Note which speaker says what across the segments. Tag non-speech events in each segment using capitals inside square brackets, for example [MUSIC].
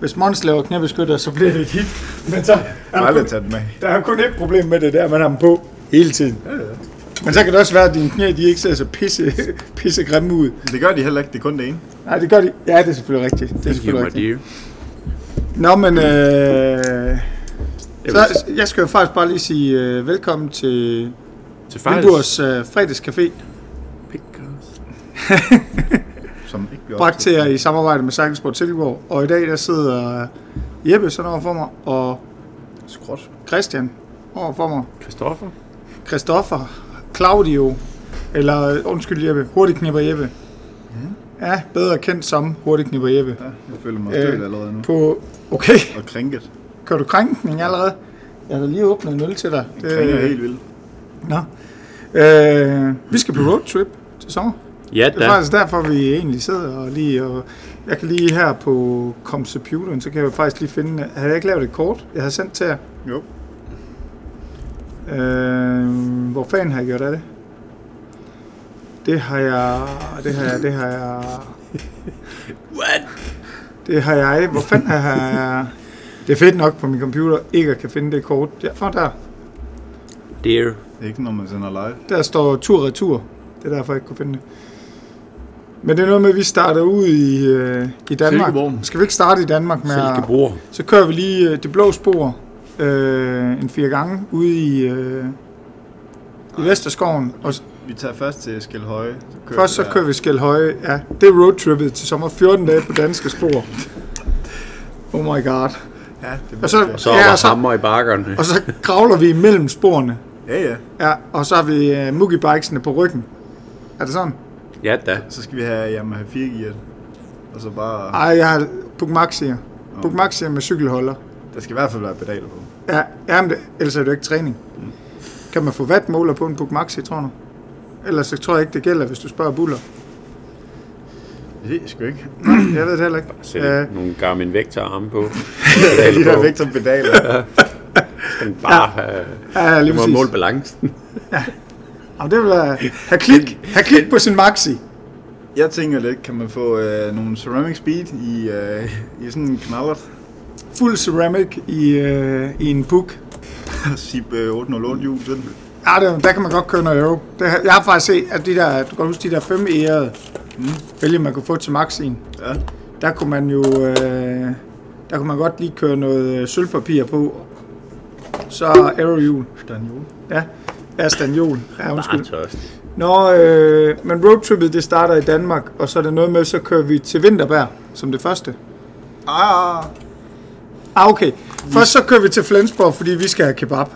Speaker 1: hvis Mons laver knæbeskytter, så bliver det et hit. Men så
Speaker 2: Jeg
Speaker 1: er
Speaker 2: har
Speaker 1: der,
Speaker 2: aldrig
Speaker 1: kun,
Speaker 2: taget den med.
Speaker 1: der er kun et problem med det, der man har dem på hele tiden. Men så kan det også være, at dine knæ de ikke ser så pisse, [LAUGHS] pisse grimme ud.
Speaker 2: Det gør de heller ikke, det er kun det ene.
Speaker 1: Nej, det gør de. Ja, det er selvfølgelig rigtigt. Det er
Speaker 3: Thank you,
Speaker 1: selvfølgelig
Speaker 3: my
Speaker 1: rigtigt.
Speaker 3: dear.
Speaker 1: Nå, men øh,
Speaker 3: Jeg
Speaker 1: så,
Speaker 3: vil,
Speaker 1: jeg skal jo faktisk bare lige sige øh, velkommen til
Speaker 3: til faktisk.
Speaker 1: Vildurs øh, fredagscafé,
Speaker 3: Pickers.
Speaker 2: Som ikke bliver
Speaker 1: bragt til jer
Speaker 2: optaget.
Speaker 1: i samarbejde med Cykelsport Tilgård. Og i dag der sidder Jeppe sådan over for mig, og
Speaker 2: Skråt.
Speaker 1: Christian over for mig.
Speaker 3: Christoffer.
Speaker 1: Christoffer, Claudio, eller øh, undskyld Jeppe, hurtigknipper Jeppe. Ja, bedre kendt som hurtigknipper Jeppe.
Speaker 2: Ja, jeg føler mig
Speaker 1: Øh,
Speaker 2: stødt allerede nu.
Speaker 1: På, okay,
Speaker 2: Og krænket.
Speaker 1: kører du krænkning allerede? Jeg har da lige åbnet en øl til dig.
Speaker 2: Jeg krænker helt vildt.
Speaker 1: Nå. Øh, vi skal på roadtrip til sommer.
Speaker 3: Ja,
Speaker 1: Det er
Speaker 3: da.
Speaker 1: faktisk derfor, vi egentlig sidder og lige... Og jeg kan lige her på computeren, så kan jeg faktisk lige finde... Havde jeg ikke lavet et kort, jeg havde sendt til jer?
Speaker 2: Jo.
Speaker 1: Øh, hvor fanden har jeg gjort af det? Det har jeg... Det har jeg... Det har jeg...
Speaker 3: What?
Speaker 1: Det har jeg... Hvor fanden har jeg... Det er fedt nok på min computer, ikke at kan finde det kort. Ja, og der,
Speaker 3: Dear.
Speaker 2: Det er ikke, når man sender live.
Speaker 1: der står tur-retur. Det er derfor, jeg ikke kunne finde det. Men det er noget med, at vi starter ud i, øh, i Danmark.
Speaker 3: Silkeborg.
Speaker 1: Skal vi ikke starte i Danmark med at-
Speaker 3: Silkeborg.
Speaker 1: Så kører vi lige øh, det blå spor øh, en fire gange ude i, øh, i Vesterskoven. Og s-
Speaker 2: Vi tager først til Skelhøje. Så kører
Speaker 1: først så
Speaker 2: der.
Speaker 1: kører vi Skelhøje. Ja, det er roadtrippet til sommer. 14 dage på danske spor. Oh my god.
Speaker 2: Ja, det
Speaker 1: Og så,
Speaker 3: Så er
Speaker 1: ja,
Speaker 3: der
Speaker 1: og så,
Speaker 3: hammer i bakkerne.
Speaker 1: og så kravler vi imellem sporene.
Speaker 2: Ja, ja.
Speaker 1: Ja, og så har vi øh, bikesene på ryggen. Er det sådan?
Speaker 3: Ja, da.
Speaker 2: Så skal vi have Yamaha 4 gear. Og så bare...
Speaker 1: Ej, jeg har Bugmaxier. Bugmaxier med cykelholder.
Speaker 2: Der skal i hvert fald være pedaler på.
Speaker 1: Ja, ja men det, ellers er det jo ikke træning.
Speaker 3: Mm.
Speaker 1: Kan man få vatmåler på en Bugmaxi, tror du? Ellers så tror jeg ikke, det gælder, hvis du spørger Buller.
Speaker 2: Det skal jo ikke.
Speaker 1: Jeg ved det heller ikke.
Speaker 3: Sæt
Speaker 1: Ja,
Speaker 3: nogle Garmin Vector
Speaker 1: [LAUGHS]
Speaker 3: arme på.
Speaker 2: De [LAUGHS] der væk som pedaler.
Speaker 3: Den bare øh,
Speaker 1: ja
Speaker 3: du
Speaker 1: lige
Speaker 3: må
Speaker 1: præcis.
Speaker 3: måle
Speaker 1: [LAUGHS]
Speaker 3: balancen.
Speaker 1: Jamen, det vil være... Have klik, have klik på sin maxi.
Speaker 2: Jeg tænker lidt, kan man få øh, nogle ceramic speed i, øh, i sådan en knallert? [LAUGHS]
Speaker 1: Fuld ceramic i, øh, i en bug.
Speaker 2: Sip øh, 808 hjul til den.
Speaker 1: Ja, det, der kan man godt køre noget aero. Det, har- jeg har faktisk set, at de der, du kan huske de der fem ærede vælge, man kunne få til maxien.
Speaker 2: Ja.
Speaker 1: Der kunne man jo... Øh, der kunne man godt lige køre noget øh, sølvpapir på. Så aerohjul.
Speaker 2: Stanjol.
Speaker 1: Ja, ja Stanjol. Ja,
Speaker 3: Bare
Speaker 1: undskyld.
Speaker 3: tørst.
Speaker 1: Nå, øh, men roadtrippet det starter i Danmark, og så er det noget med, så kører vi til Vinterberg som det første.
Speaker 2: Ah!
Speaker 1: Ah, okay. Først så kører vi til Flensborg, fordi vi skal have kebab.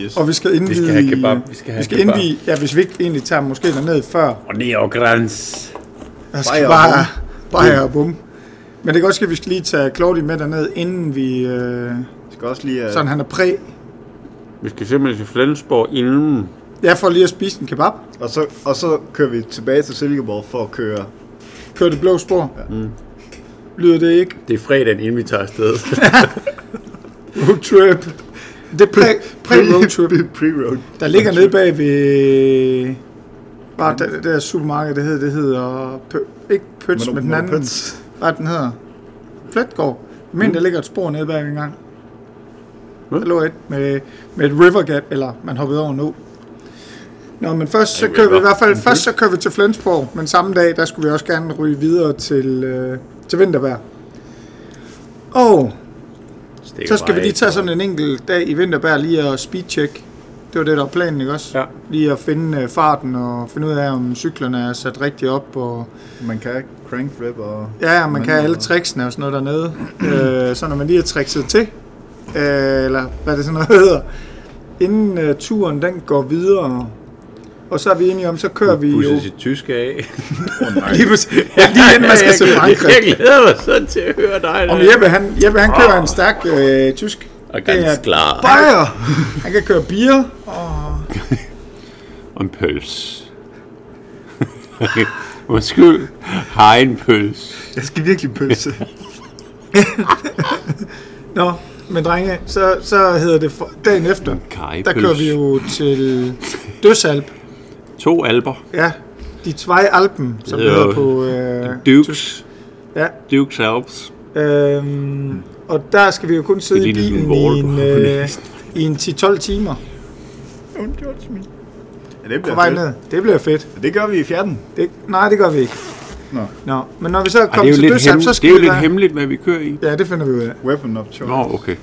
Speaker 2: Yes.
Speaker 1: Og vi skal indvige...
Speaker 3: Vi skal have kebab, vi skal have
Speaker 1: vi skal
Speaker 3: kebab.
Speaker 1: indvige... Ja, hvis vi ikke egentlig tager måske derned før.
Speaker 3: Og neograns.
Speaker 1: Jeg
Speaker 2: Bajer
Speaker 1: skal
Speaker 2: og
Speaker 1: bare... Bare og bum. Men det kan godt ske, at vi skal lige tage Claudi med derned, inden vi... Øh,
Speaker 2: Vi skal også lige... Øh,
Speaker 1: sådan han er præ.
Speaker 3: Vi skal simpelthen til Flensborg inden.
Speaker 1: Jeg får lige at spise en kebab.
Speaker 2: og, så, og så kører vi tilbage til Silkeborg for at køre.
Speaker 1: Kører det blå spor. Mm. Lyder det ikke?
Speaker 3: Det er fredagen, inden vi tager afsted.
Speaker 1: Roadtrip. Det er
Speaker 3: [LAUGHS]
Speaker 1: præ, præ roadtrip.
Speaker 2: [LAUGHS] Pre-road.
Speaker 1: Der ligger nede bag ved...
Speaker 3: Mm.
Speaker 1: Bare det, det der supermarked, det hedder, det hedder pø, ikke Pøts,
Speaker 2: Mono-
Speaker 1: men, den anden.
Speaker 2: Monopets.
Speaker 1: Hvad den hedder? Fletgård. Jeg
Speaker 3: Mm.
Speaker 1: mener, der ligger et spor nede bag en gang. Der lå et med, med et river gap, eller man hoppede over en å. Nå, men først så
Speaker 3: En
Speaker 1: kører vi i
Speaker 3: river.
Speaker 1: hvert fald først så kører vi til Flensborg, men samme dag, der skulle vi også gerne ryge videre til, øh, til Vinterberg. Og
Speaker 3: Stikker
Speaker 1: [LAUGHS] så skal vi
Speaker 3: bare
Speaker 1: lige
Speaker 3: af.
Speaker 1: tage sådan en enkelt dag i Vinterberg lige og speedcheck. Det var det, der var planen, ikke også?
Speaker 3: Ja.
Speaker 1: Lige at finde øh, farten og finde ud af, om cyklerne er sat rigtigt op. Og,
Speaker 2: Man kan crank flip og...
Speaker 1: ja, ja, man kan alle tricksene og sådan noget dernede. øh, så når man lige er trickset til, øh, eller hvad det sådan noget [LAUGHS] hedder, inden øh, turen den går videre. Og så er vi enige om, så kører vi jo...
Speaker 3: Pusset sit
Speaker 1: [LAUGHS]
Speaker 3: tysk af.
Speaker 1: Lige, præcis- ja, lige inden man skal til Frankrig.
Speaker 3: Jeg glæder mig sådan til at høre dig.
Speaker 1: Om Jeppe, han, Jeppe, han kører en stærk øh, tysk.
Speaker 3: Og ganske
Speaker 1: er-
Speaker 3: klar.
Speaker 2: Bajer!
Speaker 1: Han kan køre bier.
Speaker 3: Og en pøls. [LAUGHS] Undskyld. Har en pøls.
Speaker 2: Jeg skal virkelig pølse.
Speaker 1: [LAUGHS] Nå, men drenge, så, så hedder det for, dagen efter. Der kører vi jo til Døsalp.
Speaker 3: To alber.
Speaker 1: Ja, de Zwei Alpen, som
Speaker 3: Det er
Speaker 1: hedder
Speaker 3: jo
Speaker 1: på... Øh,
Speaker 3: Dukes.
Speaker 1: ja,
Speaker 3: Dukes Alps.
Speaker 1: Øhm, og der skal vi jo kun sidde i
Speaker 3: ligner sådan en
Speaker 1: bilen i en,
Speaker 3: wall-
Speaker 1: øh, i en 10-12 timer
Speaker 2: Don't judge me. Ja,
Speaker 1: på
Speaker 2: det bliver
Speaker 1: vej
Speaker 2: fedt.
Speaker 1: ned. Det bliver fedt.
Speaker 2: Ja, Det gør vi i fjerden.
Speaker 1: Det, nej, det gør vi ikke.
Speaker 2: Nå,
Speaker 1: Nå, men når vi så
Speaker 3: Ej, det
Speaker 1: kommer
Speaker 3: er jo
Speaker 1: til
Speaker 3: lidt, hem,
Speaker 1: Dødshavn, så
Speaker 3: det
Speaker 1: skal
Speaker 3: er jo
Speaker 1: vi
Speaker 3: lidt
Speaker 1: være-
Speaker 3: hemmeligt, hvad vi kører i.
Speaker 1: Ja, det finder vi ud af.
Speaker 2: weapon of choice.
Speaker 3: Nå, okay.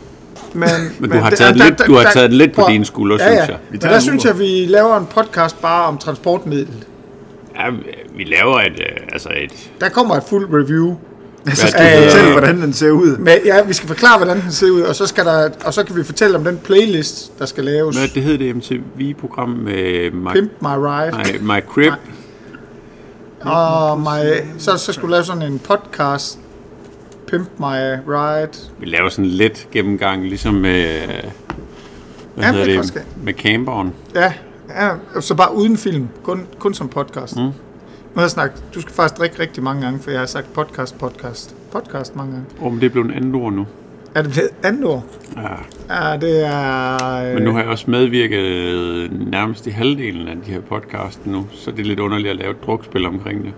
Speaker 1: Men,
Speaker 3: [LAUGHS] Men du har
Speaker 1: der-
Speaker 3: taget
Speaker 1: der-
Speaker 3: lidt-
Speaker 1: der-
Speaker 3: du har
Speaker 1: der-
Speaker 3: taget den lidt på
Speaker 1: prøv-
Speaker 3: dine skuldre,
Speaker 1: ja,
Speaker 3: synes
Speaker 1: ja.
Speaker 3: jeg.
Speaker 1: Vi
Speaker 2: Vi
Speaker 1: Men
Speaker 2: tager
Speaker 1: der
Speaker 2: en
Speaker 1: synes
Speaker 2: Uber.
Speaker 1: jeg, vi laver en podcast bare om transportmiddel.
Speaker 3: Ja, vi laver et, øh, altså et...
Speaker 1: Der kommer et fuld review. Altså,
Speaker 2: Så skal
Speaker 3: Hvad
Speaker 2: vi
Speaker 3: det
Speaker 2: fortælle,
Speaker 3: hedder.
Speaker 2: hvordan den ser ud.
Speaker 1: Men ja, vi skal forklare, hvordan den ser ud, og så, skal der, og så kan vi fortælle om den playlist, der skal laves.
Speaker 3: Hvad det hed det MTV-program med Mike,
Speaker 1: Pimp My Ride.
Speaker 3: Nej, Mike Crip?
Speaker 1: Og my, så, så skulle du lave sådan en podcast. Pimp My Ride.
Speaker 3: Vi laver sådan en let gennemgang, ligesom med... Hvad
Speaker 1: Ja,
Speaker 3: hedder
Speaker 1: det er
Speaker 3: det?
Speaker 1: faktisk-
Speaker 3: Med camperen.
Speaker 1: Ja, ja, så bare uden film. Kun, kun som podcast. Mm. Nu har jeg snakket, du skal faktisk drikke rigtig mange gange, for jeg har sagt podcast, podcast, podcast mange gange.
Speaker 3: Åh, men det er blevet en anden ord nu.
Speaker 1: Er det blevet andet ord?
Speaker 3: Ja.
Speaker 1: Ja, det er... øh,
Speaker 3: Men nu har jeg også medvirket nærmest i halvdelen af de her podcast nu, så det er lidt underligt at lave et drukspil omkring det.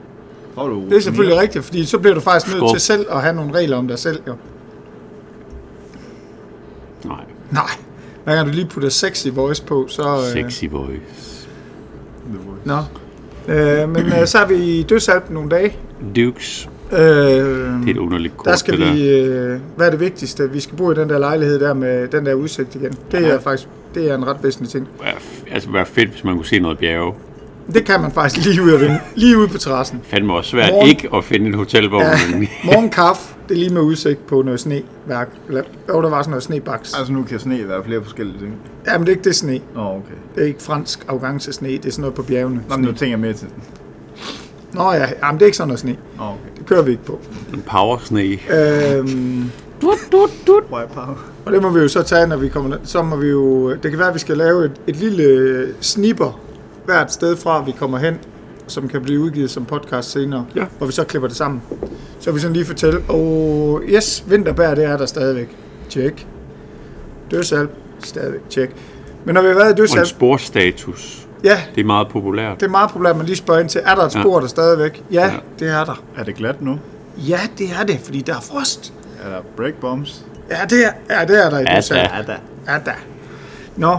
Speaker 2: Prøv du
Speaker 1: Det er selvfølgelig rigtigt, fordi så bliver du faktisk nødt
Speaker 3: Skål.
Speaker 1: til selv at have nogle regler om dig selv, jo.
Speaker 3: Nej.
Speaker 1: Nej. Hver gang du lige putter sexy voice på, så... øh,
Speaker 3: Sexy voice.
Speaker 1: Nå. Øh, men øh, så er vi i Dødsalp nogle dage.
Speaker 3: Dukes. Det er
Speaker 1: Øh,
Speaker 3: et underligt kort,
Speaker 1: Mm. der skal
Speaker 3: det der.
Speaker 1: vi... Øh, hvad er det vigtigste? Vi skal bo i den der lejlighed der med den der udsigt igen. Det er faktisk det er en ret væsentlig ting.
Speaker 3: Vær f- Altså, være fedt, hvis man kunne se noget bjerge.
Speaker 1: Det kan man faktisk lige ud, af den, [LAUGHS] lige ud på terrassen.
Speaker 3: Fandme også svært
Speaker 1: Morgen.
Speaker 3: ikke at finde et hotel, hvor man...
Speaker 1: Morgenkaffe, det er lige med udsigt på noget sneværk. Eller, jo, der var sådan noget snebaks.
Speaker 2: Altså, nu kan sne være flere forskellige ting.
Speaker 1: Jamen, det er ikke det sne.
Speaker 2: Nå, okay.
Speaker 1: Det er ikke fransk arrogance sne, det er sådan noget på bjergene.
Speaker 2: Nå, men nu tænker jeg mere til.
Speaker 1: Nå ja, jamen, det er ikke sådan noget sne.
Speaker 2: Nå, okay.
Speaker 1: Det kører vi ikke på.
Speaker 3: En power
Speaker 1: [LAUGHS]
Speaker 3: snake.
Speaker 1: Øhm,
Speaker 2: Wipe out.
Speaker 1: og det må vi jo så tage, når vi kommer ned. Så må vi jo, det kan være, at vi skal lave et, et lille øh, snipper hvert sted fra, vi kommer hen, som kan blive udgivet som podcast senere,
Speaker 3: Ja.
Speaker 1: hvor vi så klipper det sammen. Så vi sådan lige fortælle, og yes, vinterbær, det er der stadigvæk. Tjek. Dødsalp, stadigvæk. Tjek. Men når vi har været i
Speaker 3: Og en
Speaker 1: Dødsalp,
Speaker 3: sporstatus.
Speaker 1: ja,
Speaker 3: Det er meget populært.
Speaker 1: det er meget populært, at man lige spørger ind til, er der et
Speaker 3: Ja.
Speaker 1: spor der stadigvæk? Ja,
Speaker 3: Ja.
Speaker 1: ja, det er der.
Speaker 2: Er det glat nu?
Speaker 1: Ja, det er det, fordi der er frost.
Speaker 2: Er der break bombs?
Speaker 1: Ja, det er, ja, det er der i
Speaker 3: Ja,
Speaker 1: Dødsalp.
Speaker 3: da.
Speaker 2: Er der?
Speaker 1: Ja da. Nå,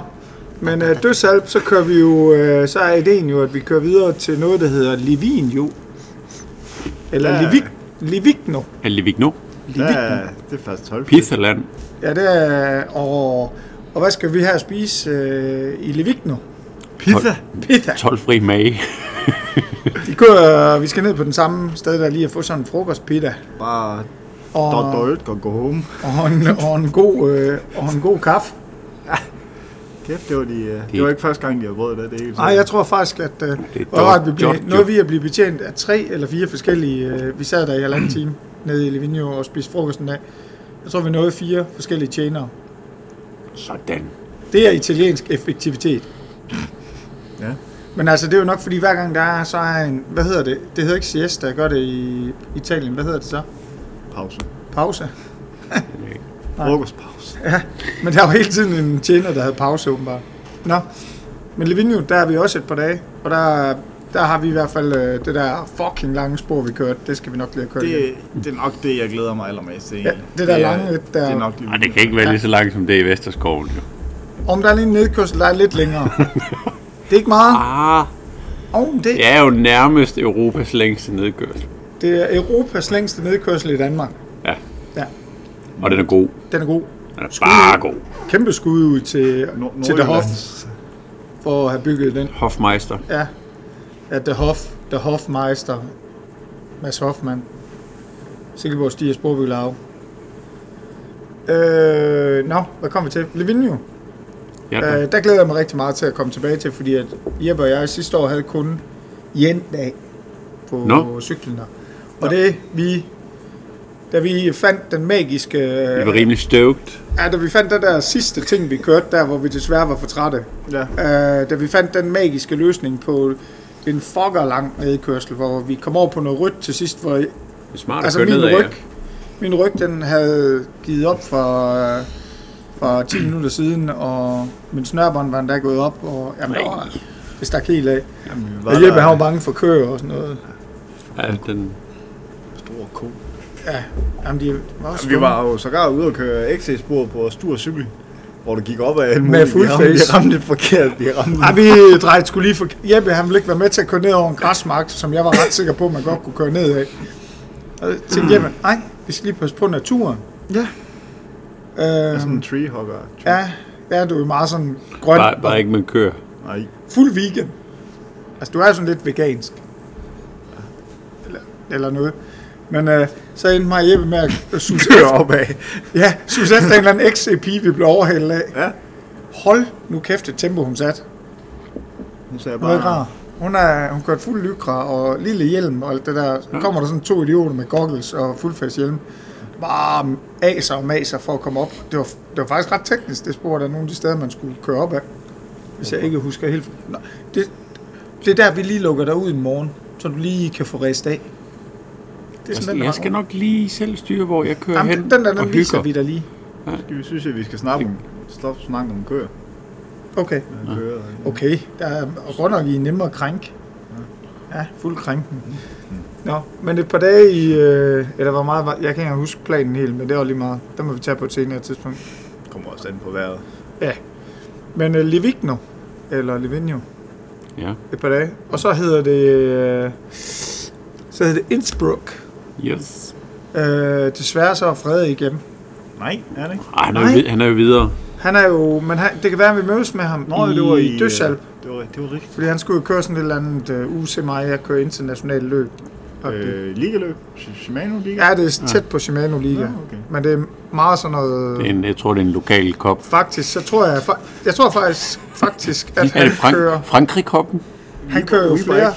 Speaker 1: men øh, dødsalp, så kører vi jo, øh, så er ideen jo, at vi kører videre til noget, der hedder Livin jo. Eller
Speaker 2: Ja.
Speaker 1: ja. Livik, Livikno.
Speaker 3: Alivik nu.
Speaker 2: Ja, det er faktisk 12.
Speaker 3: Pithaland.
Speaker 1: Ja, det er, og, og hvad skal vi her spise øh, i Livikno?
Speaker 2: Pizza?
Speaker 1: Pita.
Speaker 3: 12 fri mage. [LAUGHS]
Speaker 1: Vi, kører, vi skal ned på den samme sted, der lige at få sådan en frokostpita.
Speaker 2: Bare
Speaker 1: Og,
Speaker 2: dot dot og gå home.
Speaker 1: og, en, og, en god, øh, og en god kaffe.
Speaker 2: Kæft, det var, de, øh, det var ikke første gang, de har prøvet det. det er ikke
Speaker 1: Nej, jeg tror faktisk, at, øh,
Speaker 3: Det
Speaker 1: det
Speaker 3: er dog-
Speaker 1: at vi blev,
Speaker 3: dog-
Speaker 1: noget vi at blive betjent af tre eller fire forskellige. Øh, vi sad der i halvanden time nede i Livigno og spiste frokosten af. Jeg tror, vi nåede fire forskellige tjenere.
Speaker 3: Sådan.
Speaker 1: Det er italiensk effektivitet.
Speaker 2: Ja.
Speaker 1: Men altså, det er jo nok, fordi hver gang der er, så er en... Hvad hedder det? Det hedder ikke siesta, gør det i Italien. Hvad hedder det så?
Speaker 2: Pause.
Speaker 1: Pause.
Speaker 2: Frokostpause.
Speaker 1: Men der var hele tiden en tjener, der havde pause, åbenbart. Nå. Men Livigno, der er vi også et par dage. Og der, der har vi i hvert fald øh, det der fucking lange spor, vi kørte. Det skal vi nok lige have kørt igen.
Speaker 2: Det, det er nok det, jeg glæder mig allermest til.
Speaker 1: Ja,
Speaker 2: egentlig.
Speaker 1: det der
Speaker 2: er-
Speaker 1: lange, der-
Speaker 2: Det er nok lige...
Speaker 3: Nej, det kan ikke være lige så langt som det i Vesterskoven. Jo.
Speaker 1: Om der er lige en nedkørsel, der er lidt længere. det er ikke meget.
Speaker 3: Ah,
Speaker 1: Og det,
Speaker 3: det er jo nærmest Europas længste nedkørsel.
Speaker 1: det er Europas længste nedkørsel i Danmark.
Speaker 3: Ja,
Speaker 1: Ja,
Speaker 3: og den er god.
Speaker 1: den er god.
Speaker 3: Den er bare god.
Speaker 1: Kæmpe skud ud til,
Speaker 2: Nord-
Speaker 1: til The Hof
Speaker 2: Nordjyllands.
Speaker 1: for at have bygget den.
Speaker 3: Hofmeister.
Speaker 1: Ja, ja The Hof, The Hofmeister, Mads Hoffmann, Silkeborg Stig og Sporby Lav. Øh, nå, hvad kom vi til? Livigno.
Speaker 3: Ja, da.
Speaker 1: Øh, der glæder jeg mig rigtig meget til at komme tilbage til, fordi at Jeppe og jeg sidste år havde kun en dag på
Speaker 3: Nå.
Speaker 1: no. cyklen der. Og det vi, da vi fandt den magiske,
Speaker 3: Vi var
Speaker 1: ja,
Speaker 3: rimelig stoked.
Speaker 1: da vi fandt den der sidste ting, vi kørte der, hvor vi desværre var for trætte,
Speaker 2: Ja.
Speaker 1: øh, da vi fandt den magiske løsning på en fucker lang nedkørsel, hvor vi kom over på noget rødt til sidst, hvor
Speaker 3: Det er smart at
Speaker 1: altså
Speaker 3: køre
Speaker 1: min
Speaker 3: nedad.
Speaker 1: ryg,
Speaker 3: ja.
Speaker 1: min ryg, den havde givet op for, øh, for 10 minutter siden, og min snørbånd var endda gået op, og jamen, det, var, det stak helt af.
Speaker 2: Jamen, vi var
Speaker 1: Og Jeppe
Speaker 2: der
Speaker 1: han var bange for køer og sådan noget.
Speaker 3: Ja, den,
Speaker 2: en stor ko.
Speaker 1: Ja, jamen de var også
Speaker 2: Vi var jo sågar ude og køre XC-sporet på stor cykel, hvor du gik op af alt
Speaker 1: Med full
Speaker 2: vi ramte, vi
Speaker 1: face.
Speaker 2: ramte det forkert. Vi ramte
Speaker 1: Ej, vi drejede skulle lige for... Jeppe, han ville ikke være med til at køre ned over en græsmark, som jeg var ret sikker på, man godt kunne køre ned af. Og jeg tænkte Jeppe, nej, vi skal lige passe på naturen.
Speaker 2: Ja.
Speaker 1: Øh,
Speaker 2: Sådan en treehugger. Tree.
Speaker 1: ja, ja, du er jo meget sådan grøn.
Speaker 3: Bare, bare ikke med køer.
Speaker 2: Nej.
Speaker 1: Fuld vegan. Altså, du er jo sådan lidt vegansk. Eller, eller noget. Men øh, så endte mig Jeppe med at suge
Speaker 2: Køre
Speaker 1: efter,
Speaker 2: op af.
Speaker 1: ja, suge efter en eller anden XC-pige, vi blev overhældet af.
Speaker 2: Ja.
Speaker 1: Hold nu kæft et tempo, hun satte.
Speaker 2: Nu sagde jeg
Speaker 1: Noget
Speaker 2: bare,
Speaker 1: rar. Hun er hun kørte fuld lykra og lille hjelm og alt det der. Så kommer der sådan to idioter med goggles og fuldface hjelm. Bare aser og maser for at komme op. Det var, det var faktisk ret teknisk, det spor, der er nogle af de steder, man skulle køre op af. Hvis jeg ikke husker helt. Nå, det, det er der, vi lige lukker dig ud i morgen, så du lige kan få ræst af. Det er
Speaker 3: Altså, Jeg,
Speaker 1: sådan,
Speaker 3: jeg skal nok lige selv styre, hvor jeg kører
Speaker 1: Jamen,
Speaker 3: hen
Speaker 1: den, den der,
Speaker 3: og
Speaker 1: den viser
Speaker 3: hygger.
Speaker 1: vi dig lige.
Speaker 2: skal vi synes, at vi skal snakke om, stop snakke om køer.
Speaker 1: Okay.
Speaker 2: Ja. køer og-
Speaker 1: Okay, der er godt nok i er nemmere krænk. Ja, fuld krænken. Nå, men et par dage i, øh, eller hvor meget, var, jeg kan ikke engang huske planen helt, men det var lige meget. Den må vi tage på et senere tidspunkt.
Speaker 2: Kommer også an på vejret.
Speaker 1: Ja, men øh, Livigno, eller Livigno,
Speaker 3: Ja,
Speaker 1: et par dage. Og så hedder det, øh, så hedder det Innsbruck.
Speaker 3: yes.
Speaker 1: Øh, desværre så er Frede igen.
Speaker 2: Nej, er det ikke?
Speaker 3: Ej, han, er jo,
Speaker 1: Nej.
Speaker 3: vid- han er jo videre.
Speaker 1: Han er jo, men han, det kan være, at vi mødes med ham Nå, i, det var i
Speaker 2: øh,
Speaker 1: Døsalp,
Speaker 2: Det var, det var rigtigt.
Speaker 1: fordi han skulle jo køre sådan et eller andet øh, UC mig, jeg kører internationalt løb. Og det-
Speaker 2: Øh, ligaløb. Sh- Shimano Liga.
Speaker 1: Ja, det er tæt på Shimano Liga.
Speaker 2: Nå, okay.
Speaker 1: Men det er meget sådan noget...
Speaker 3: Det er en, jeg tror, det er en lokal kop.
Speaker 1: Faktisk, så tror jeg... fa- Jeg tror faktisk, faktisk at
Speaker 3: Er
Speaker 1: han
Speaker 3: det Frank
Speaker 1: kører,
Speaker 3: Frankrig-koppen?
Speaker 1: han kører jo
Speaker 2: Weebike.
Speaker 1: flere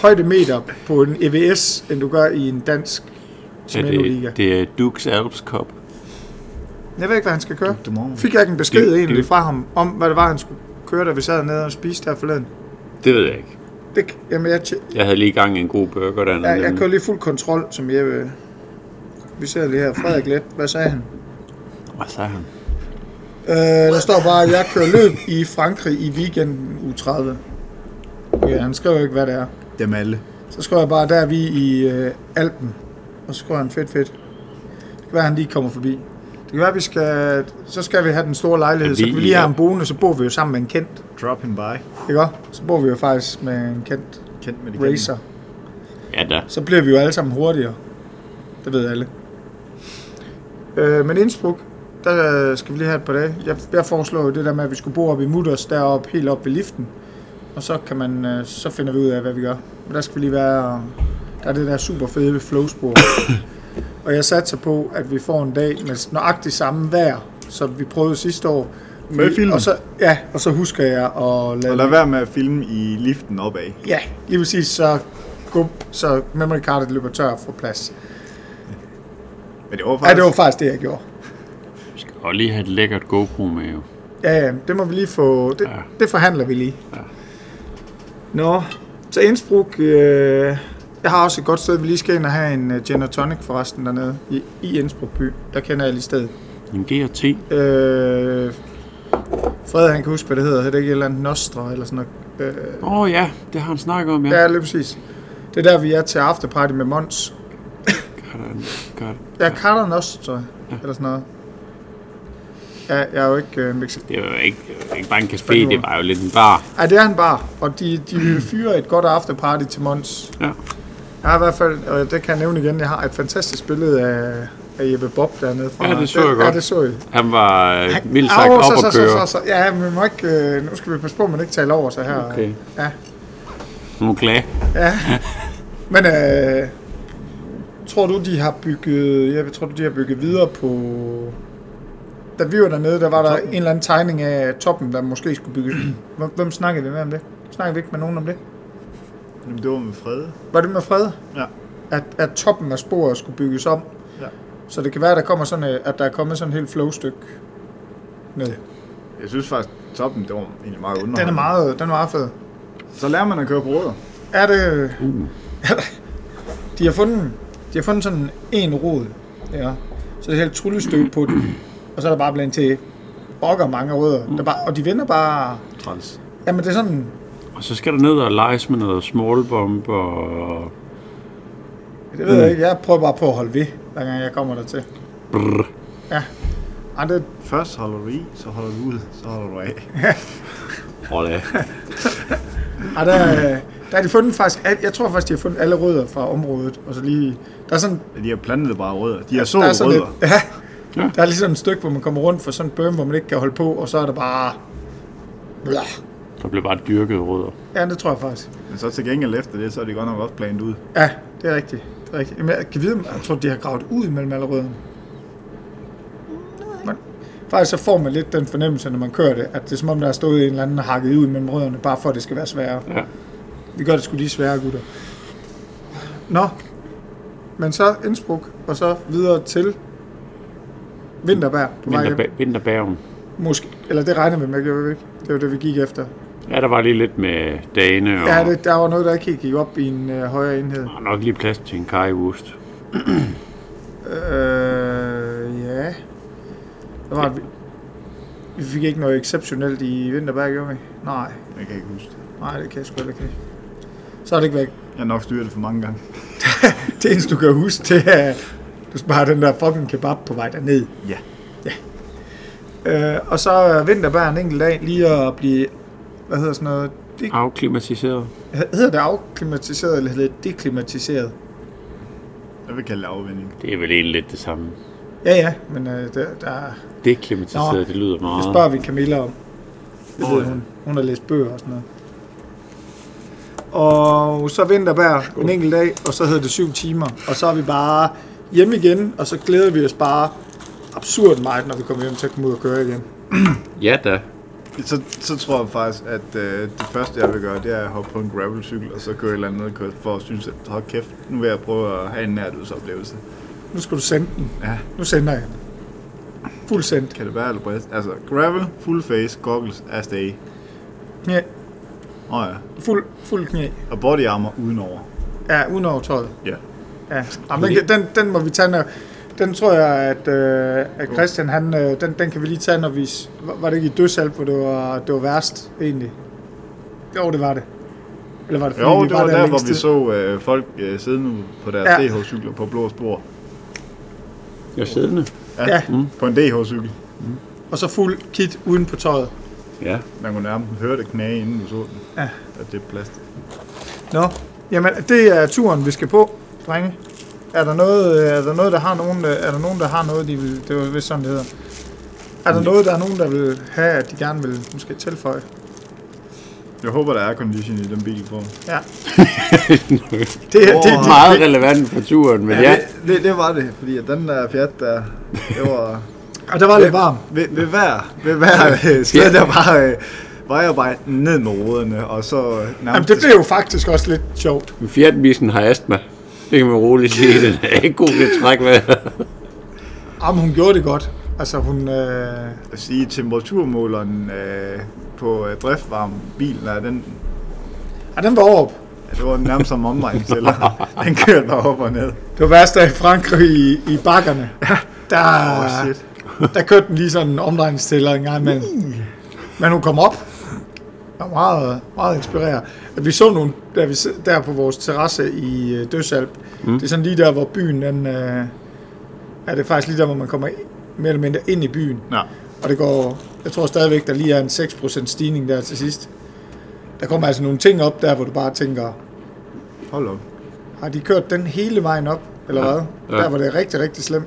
Speaker 1: højdemeter på en EVS, end du gør i en dansk
Speaker 3: Ja,
Speaker 1: Shimano Liga.
Speaker 3: det, det er Dukes Alps Cup.
Speaker 1: Jeg ved ikke, hvad han skal køre.
Speaker 2: Du må-
Speaker 1: Fik jeg ikke en besked
Speaker 3: Det- det-
Speaker 1: egentlig fra ham om, hvad det var, han skulle køre, da vi sad nede og spiste her forleden?
Speaker 3: Det ved jeg ikke.
Speaker 1: Det, jamen, jeg, tje-
Speaker 3: Jeg havde lige i gang i en god burger dernede.
Speaker 1: jeg, jeg
Speaker 3: nemlig.
Speaker 1: kører lige fuld kontrol, som jeg... øh, Vi sidder lige her. Frederik Let, hvad sagde han?
Speaker 3: Hvad sagde han?
Speaker 1: Øh, der står bare, at jeg kører løb i Frankrig i weekenden u 30. Ja, han skriver jo ikke, hvad det er.
Speaker 2: Dem alle.
Speaker 1: Så skriver jeg bare, der er vi i øh, Alpen. Og så skriver han, fedt, fedt. Det kan være, han lige kommer forbi. Det kan være, vi skal... Så skal vi have den store lejlighed,
Speaker 3: Er
Speaker 1: så
Speaker 3: vi
Speaker 1: kan vi lige
Speaker 3: i
Speaker 1: have en
Speaker 3: Alpen?
Speaker 1: boende, så bor vi jo sammen med en kendt.
Speaker 2: Drop him by.
Speaker 1: Ikke også? Så bor vi jo faktisk med en kendt
Speaker 2: Kendt med det kendte.
Speaker 1: racer.
Speaker 3: Ja, da.
Speaker 1: Så bliver vi jo alle sammen hurtigere. Det ved alle. Øh, men Innsbruck, der øh, skal vi lige have et par dage. Jeg, jeg foreslår jo det der med, at vi skulle bo oppe i Mutters, deroppe helt oppe ved liften. Og så, kan man, øh, så finder vi ud af, hvad vi gør. Men der skal vi lige være... Der er det der super fede ved
Speaker 2: [COUGHS]
Speaker 1: flowspor. og jeg satser på, at vi får en dag med nøjagtigt samme vejr, som vi prøvede sidste år.
Speaker 2: Med film.
Speaker 1: Og så, ja, og så husker jeg at lade
Speaker 2: Og lad være med at filme i liften opad.
Speaker 1: Ja, lige præcis. Så, gum, så memory cardet løber tør for plads.
Speaker 2: Men det var
Speaker 1: Ja,
Speaker 2: faktisk...
Speaker 1: det var faktisk det, jeg gjorde.
Speaker 3: Vi skal også lige have et lækkert GoPro med, jo.
Speaker 1: Ja, ja, det må vi lige få... Det, ja.
Speaker 3: Ja.
Speaker 1: det forhandler vi lige. Ja.
Speaker 3: Ja.
Speaker 1: Nå, så Innsbruck... Øh, jeg har også et godt sted, vi lige skal ind og have en uh, gin og tonic forresten dernede i, i Innsbruck by. Der kender jeg lige stedet.
Speaker 3: En GRT.
Speaker 1: Øh, Fred, han kan huske, hvad det hedder. Hedder det ikke et eller andet Nostra eller sådan noget? Øh,
Speaker 3: Åh oh, ja, det har han snakket om, ja.
Speaker 1: ja, lige præcis. Det er der, vi er til afterparty med Mons.
Speaker 3: Sådan. Godt.
Speaker 1: Ja, Carter Nostra eller sådan noget. Ja, jeg er jo ikke øh, mixet.
Speaker 3: Det var jo ikke, det var ikke bare en café, det var jo lidt en bar.
Speaker 1: Ej, det er han bare, og de, de fyrer et godt afterparty til Mons.
Speaker 3: Ja.
Speaker 1: Jeg har i hvert fald, og det kan jeg nævne igen, jeg har et fantastisk billede af, af Jeppe Bob dernede fra.
Speaker 3: Ja, det så jeg
Speaker 1: Ja,
Speaker 3: godt.
Speaker 1: det så jeg.
Speaker 3: Han var øh, mildt sagt
Speaker 1: Au,
Speaker 3: op
Speaker 1: så,
Speaker 3: at
Speaker 1: så, så, så,
Speaker 3: køre.
Speaker 1: så, Ja, men vi må ikke, øh, nu skal vi passe på, at man ikke taler over sig her.
Speaker 3: Okay.
Speaker 1: Ja.
Speaker 3: Nu klage.
Speaker 1: Men øh, tror du, de har bygget, jeg tror du, de har bygget videre på... Da vi var dernede, der var der en eller anden tegning af toppen, der måske skulle bygges. Hvem- Hvem snakkede vi med om det? Snakkede vi ikke med nogen om det?
Speaker 2: Jamen, det var med Frede.
Speaker 1: Var det med Frede?
Speaker 2: Ja.
Speaker 1: at, at toppen af sporet skulle bygges om.
Speaker 2: Ja.
Speaker 1: Så det kan være, at der, kommer sådan, øh, at der er kommet sådan et helt flowstykke ned.
Speaker 2: Jeg synes faktisk, toppen, det var egentlig meget underholdende.
Speaker 1: Den er meget, den er meget fed.
Speaker 2: Så lærer man at køre på ruder.
Speaker 1: Er det... [LAUGHS] Uh. de, har fundet, de har fundet sådan en rod, ja. så det er helt tryllestykke på den, og så er der bare blandt til okker mange rødder. Mm. Der bare, og de vinder bare...
Speaker 2: Træls.
Speaker 1: Jamen det er sådan...
Speaker 3: Og så skal der ned og leges med noget smallbomb og...
Speaker 1: Det ved jeg ikke, jeg prøver bare på at holde ved. hver gang jeg kommer dertil.
Speaker 3: Brr.
Speaker 1: Ja. Ej, det,
Speaker 2: Først holder du i, så holder du ud, så holder du af.
Speaker 3: Hold af.
Speaker 1: ej, der, øh, der har de fundet faktisk, al- jeg tror faktisk, de har fundet alle rødder fra området, og så lige, der er sådan,
Speaker 2: De har plantet det bare rødder. De har så
Speaker 1: der er sådan
Speaker 2: rødder.
Speaker 1: et, [LAUGHS] ja,
Speaker 3: Ja.
Speaker 1: der er lige sådan et stykke, hvor man kommer rundt for sådan en bøm, hvor man ikke kan holde på, og så er der bare, blah.
Speaker 3: Der blev bare dyrket rødder.
Speaker 1: ja, det tror jeg faktisk.
Speaker 2: Men så til gengæld efter det, så er det godt nok også planet ud.
Speaker 1: Ja, det er rigtigt. Det er rigtigt. Jamen, jeg, kan vide, om- jeg tror, de har gravet ud mellem alle rødderne. Men Faktisk så får man lidt den fornemmelse, når man kører det, at det er som om, der er stået en eller anden og hakket ud mellem rødderne, bare for at det skal være sværere.
Speaker 3: Ja.
Speaker 1: Vi gør det sgu lige sværere, gutter. Nå, men så Innsbruck, og så videre til Vinterberg. på vej hjem.
Speaker 3: Vinterba- Vinterbergen.
Speaker 1: Måske, eller det regner vi med, gjorde vi ikke? Det var det, vi gik efter.
Speaker 3: Ja, der var lige lidt med dagene, og
Speaker 1: Ja, det, der var noget, der ikke helt gik op i en øh, højere enhed.
Speaker 3: der var nok lige plads til en kajewurst.
Speaker 1: Øh, ja. Der var, et- vi fik ikke noget exceptionelt i Vinterberg, gjorde vi? Nej,
Speaker 2: Jeg kan ikke huske det.
Speaker 1: nej, det kan jeg sgu heller ikke. Så er det ikke væk.
Speaker 2: Jeg har nok styret det for mange gange.
Speaker 1: [LAUGHS] Det eneste, du kan huske, det er, du sparer den der fucking kebab på vej derned.
Speaker 2: Ja.
Speaker 1: Øh, og så er Vinterberg en enkelt dag lige at blive, hvad hedder sådan noget, de,
Speaker 3: Afklimatiseret.
Speaker 1: hedder det afklimatiseret, eller hedder det deklimatiseret?
Speaker 2: Jeg vil kalde det afvinding.
Speaker 3: Det er vel egentlig lidt det samme.
Speaker 1: Ja, ja, men øh, der, der,
Speaker 3: Deklimatiseret,
Speaker 1: Nå,
Speaker 3: det lyder
Speaker 1: det
Speaker 3: meget.
Speaker 1: spørger vi Camilla om. Det
Speaker 2: Åh,
Speaker 1: ved
Speaker 2: ja.
Speaker 1: hun. Hun har læst bøger og sådan noget. Og så Vinterberg en enkelt dag, og så hedder det syv timer. Og så er vi bare hjemme igen, og så glæder vi os bare absurd meget, når vi kommer hjem til at komme ud og køre igen.
Speaker 3: Ja da.
Speaker 2: Så, så tror jeg faktisk, at øh, det første, jeg vil gøre, det er at hoppe på en gravelcykel, og så køre et eller andet kørt, for at synes, at hold kæft, nu vil jeg prøve at have en nærdødsoplevelse.
Speaker 1: Nu skal du sende den.
Speaker 2: Ja.
Speaker 1: Nu sender jeg den. Fuld sendt.
Speaker 2: Kan det være eller brist? Altså, gravel, full face, goggles, as day.
Speaker 1: Knæ.
Speaker 2: Åh oh, ja.
Speaker 1: Fuld, fuld knæ.
Speaker 2: Og bodyarmor udenover.
Speaker 1: Ja, uden overtøjet.
Speaker 2: Ja.
Speaker 1: Ja. Jamen, den, kan- den, den må vi tage, når, den tror jeg, at, øh, at Christian, han, øh, den, den kan vi lige tage, når vi... s- Var, var det ikke i dødsalp, hvor det var, det var værst, egentlig? Jo, det var det. Eller var det,
Speaker 2: Jo,
Speaker 1: fordi vi
Speaker 2: det var der,
Speaker 1: længst
Speaker 2: hvor vi
Speaker 1: tid?
Speaker 2: så øh, folk øh, sidde nu på deres
Speaker 1: Ja.
Speaker 2: ja. DH-cykler på blå spor.
Speaker 3: Jeg er siddende.
Speaker 2: Ja.
Speaker 1: Ja.
Speaker 2: ja. Mm. På en DH-cykel.
Speaker 1: Og så fuld kit uden på tøjet.
Speaker 3: Ja.
Speaker 2: Man kunne nærmest høre det knage, inden du så den. Ja. At det er plast.
Speaker 1: Nå, jamen, det er turen, vi skal på, drenge. Er der noget, øh, er der, noget der har nogen, øh, er der nogen, der har noget, de vil... Det var vist sådan, det hedder. Er der noget, der er nogen, der vil have, at de gerne vil måske tilføje?
Speaker 2: Jeg håber, der er condition i den bil på.
Speaker 1: Ja.
Speaker 2: [LAUGHS]
Speaker 1: Det,
Speaker 2: Åh,
Speaker 1: det,
Speaker 3: Det er meget relevant for turen, men ja.
Speaker 2: Det, det, det, var det, fordi at den der Fiat, der, det
Speaker 1: [LAUGHS]
Speaker 2: var...
Speaker 1: og der var lidt varmt.
Speaker 2: ved, ved hver, ved hver øh, sted, der var, øh, var jeg bare ned med ruderne, og så øh, nærmest...
Speaker 1: Jamen, det blev jo faktisk også lidt sjovt.
Speaker 3: Men Fiat-misen har astma. Det kan man roligt sige. Den er ikke god til at trække vejret.
Speaker 1: Jamen, hun gjorde det godt. Altså, hun... Øh,
Speaker 2: Jeg vil sige, temperaturmåleren øh, på øh, driftvarm bil, nej, den,
Speaker 1: ja, den var op.
Speaker 2: ja, det var nærmest
Speaker 1: [LAUGHS]
Speaker 2: som omvejningstæller. den kørte bare op og ned.
Speaker 1: Det var værst af i Frankrig i, i bakkerne. Der,
Speaker 2: Åh, oh, shit. Mm.
Speaker 1: der kørte den lige sådan en omdrejningstæller en gang imellem. Men hun kom op. Jeg var meget, meget inspireret. At vi så nogle, der, vi, sid- der på vores terrasse i øh, Døsalp. Mm. Det er sådan lige der, hvor byen den... Øh, er det faktisk lige der, hvor man kommer i- mere eller mindre ind i byen.
Speaker 2: Nå,
Speaker 1: Og det går, jeg tror stadigvæk, der lige er en 6% stigning der til sidst. Der kommer altså nogle ting op der, hvor du bare tænker,
Speaker 2: hold op.
Speaker 1: har de kørt den hele vejen op, eller ja. hvad?
Speaker 3: Ja.
Speaker 1: Der var det rigtig, rigtig slemt.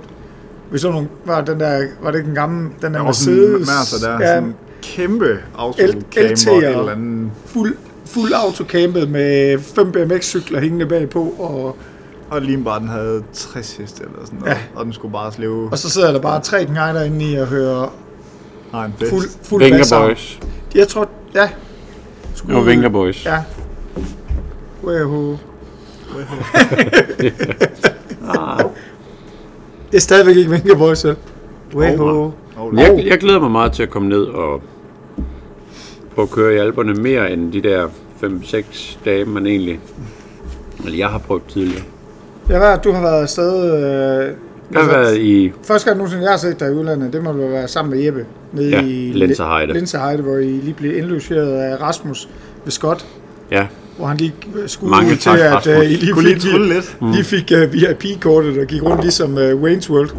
Speaker 1: Vi så nogle, var, den der, var det ikke den gamle, den der
Speaker 2: Der var sådan en
Speaker 1: Mercedes,
Speaker 2: masser der,
Speaker 1: ja,
Speaker 2: ja, sådan en kæmpe
Speaker 1: LT'er.
Speaker 2: autocamper, et eller andet.
Speaker 1: fuld, fuld autocampet med fem BMX-cykler hængende bagpå, og,
Speaker 2: Og lige bare, den havde 60 heste eller sådan noget, ja. og den skulle bare slæve.
Speaker 1: og så sidder der bare tre knejder inde i og hører
Speaker 2: Nej, en fest.
Speaker 1: fuld, fuld
Speaker 3: Vinker
Speaker 1: bassarm.
Speaker 3: Boys.
Speaker 1: Jeg tror, ja.
Speaker 3: Det var Vinker Boys.
Speaker 1: Ja. Wahoo. [LAUGHS] Det er stadigvæk ikke Vinker Boys selv. Wahoo.
Speaker 2: Oh,
Speaker 3: Men Jeg, jeg glæder mig meget til at komme ned og prøve at køre i alberne mere end de der 5-6 dage, man egentlig... Eller jeg har prøvet tidligere.
Speaker 1: Jeg ved, at du har været afsted... Øh,
Speaker 3: Jeg har
Speaker 1: altså,
Speaker 3: været i...
Speaker 1: Første gang nogensinde, jeg har set dig i udlandet, det må vel være sammen med Jeppe. Nede
Speaker 3: Ja,
Speaker 1: i
Speaker 3: Lenseheide.
Speaker 1: Lenseheide, hvor I lige blev indlogeret af Rasmus ved Scott.
Speaker 3: Ja,
Speaker 1: hvor han lige øh, skulle
Speaker 3: Mange
Speaker 1: ud til,
Speaker 3: tak,
Speaker 1: at
Speaker 3: Rasmus. Mm.
Speaker 1: øh, I lige
Speaker 2: Kunne lige
Speaker 1: fik,
Speaker 2: trylle lidt.
Speaker 1: I fik uh, VIP-kortet og gik rundt ligesom uh, Wayne's World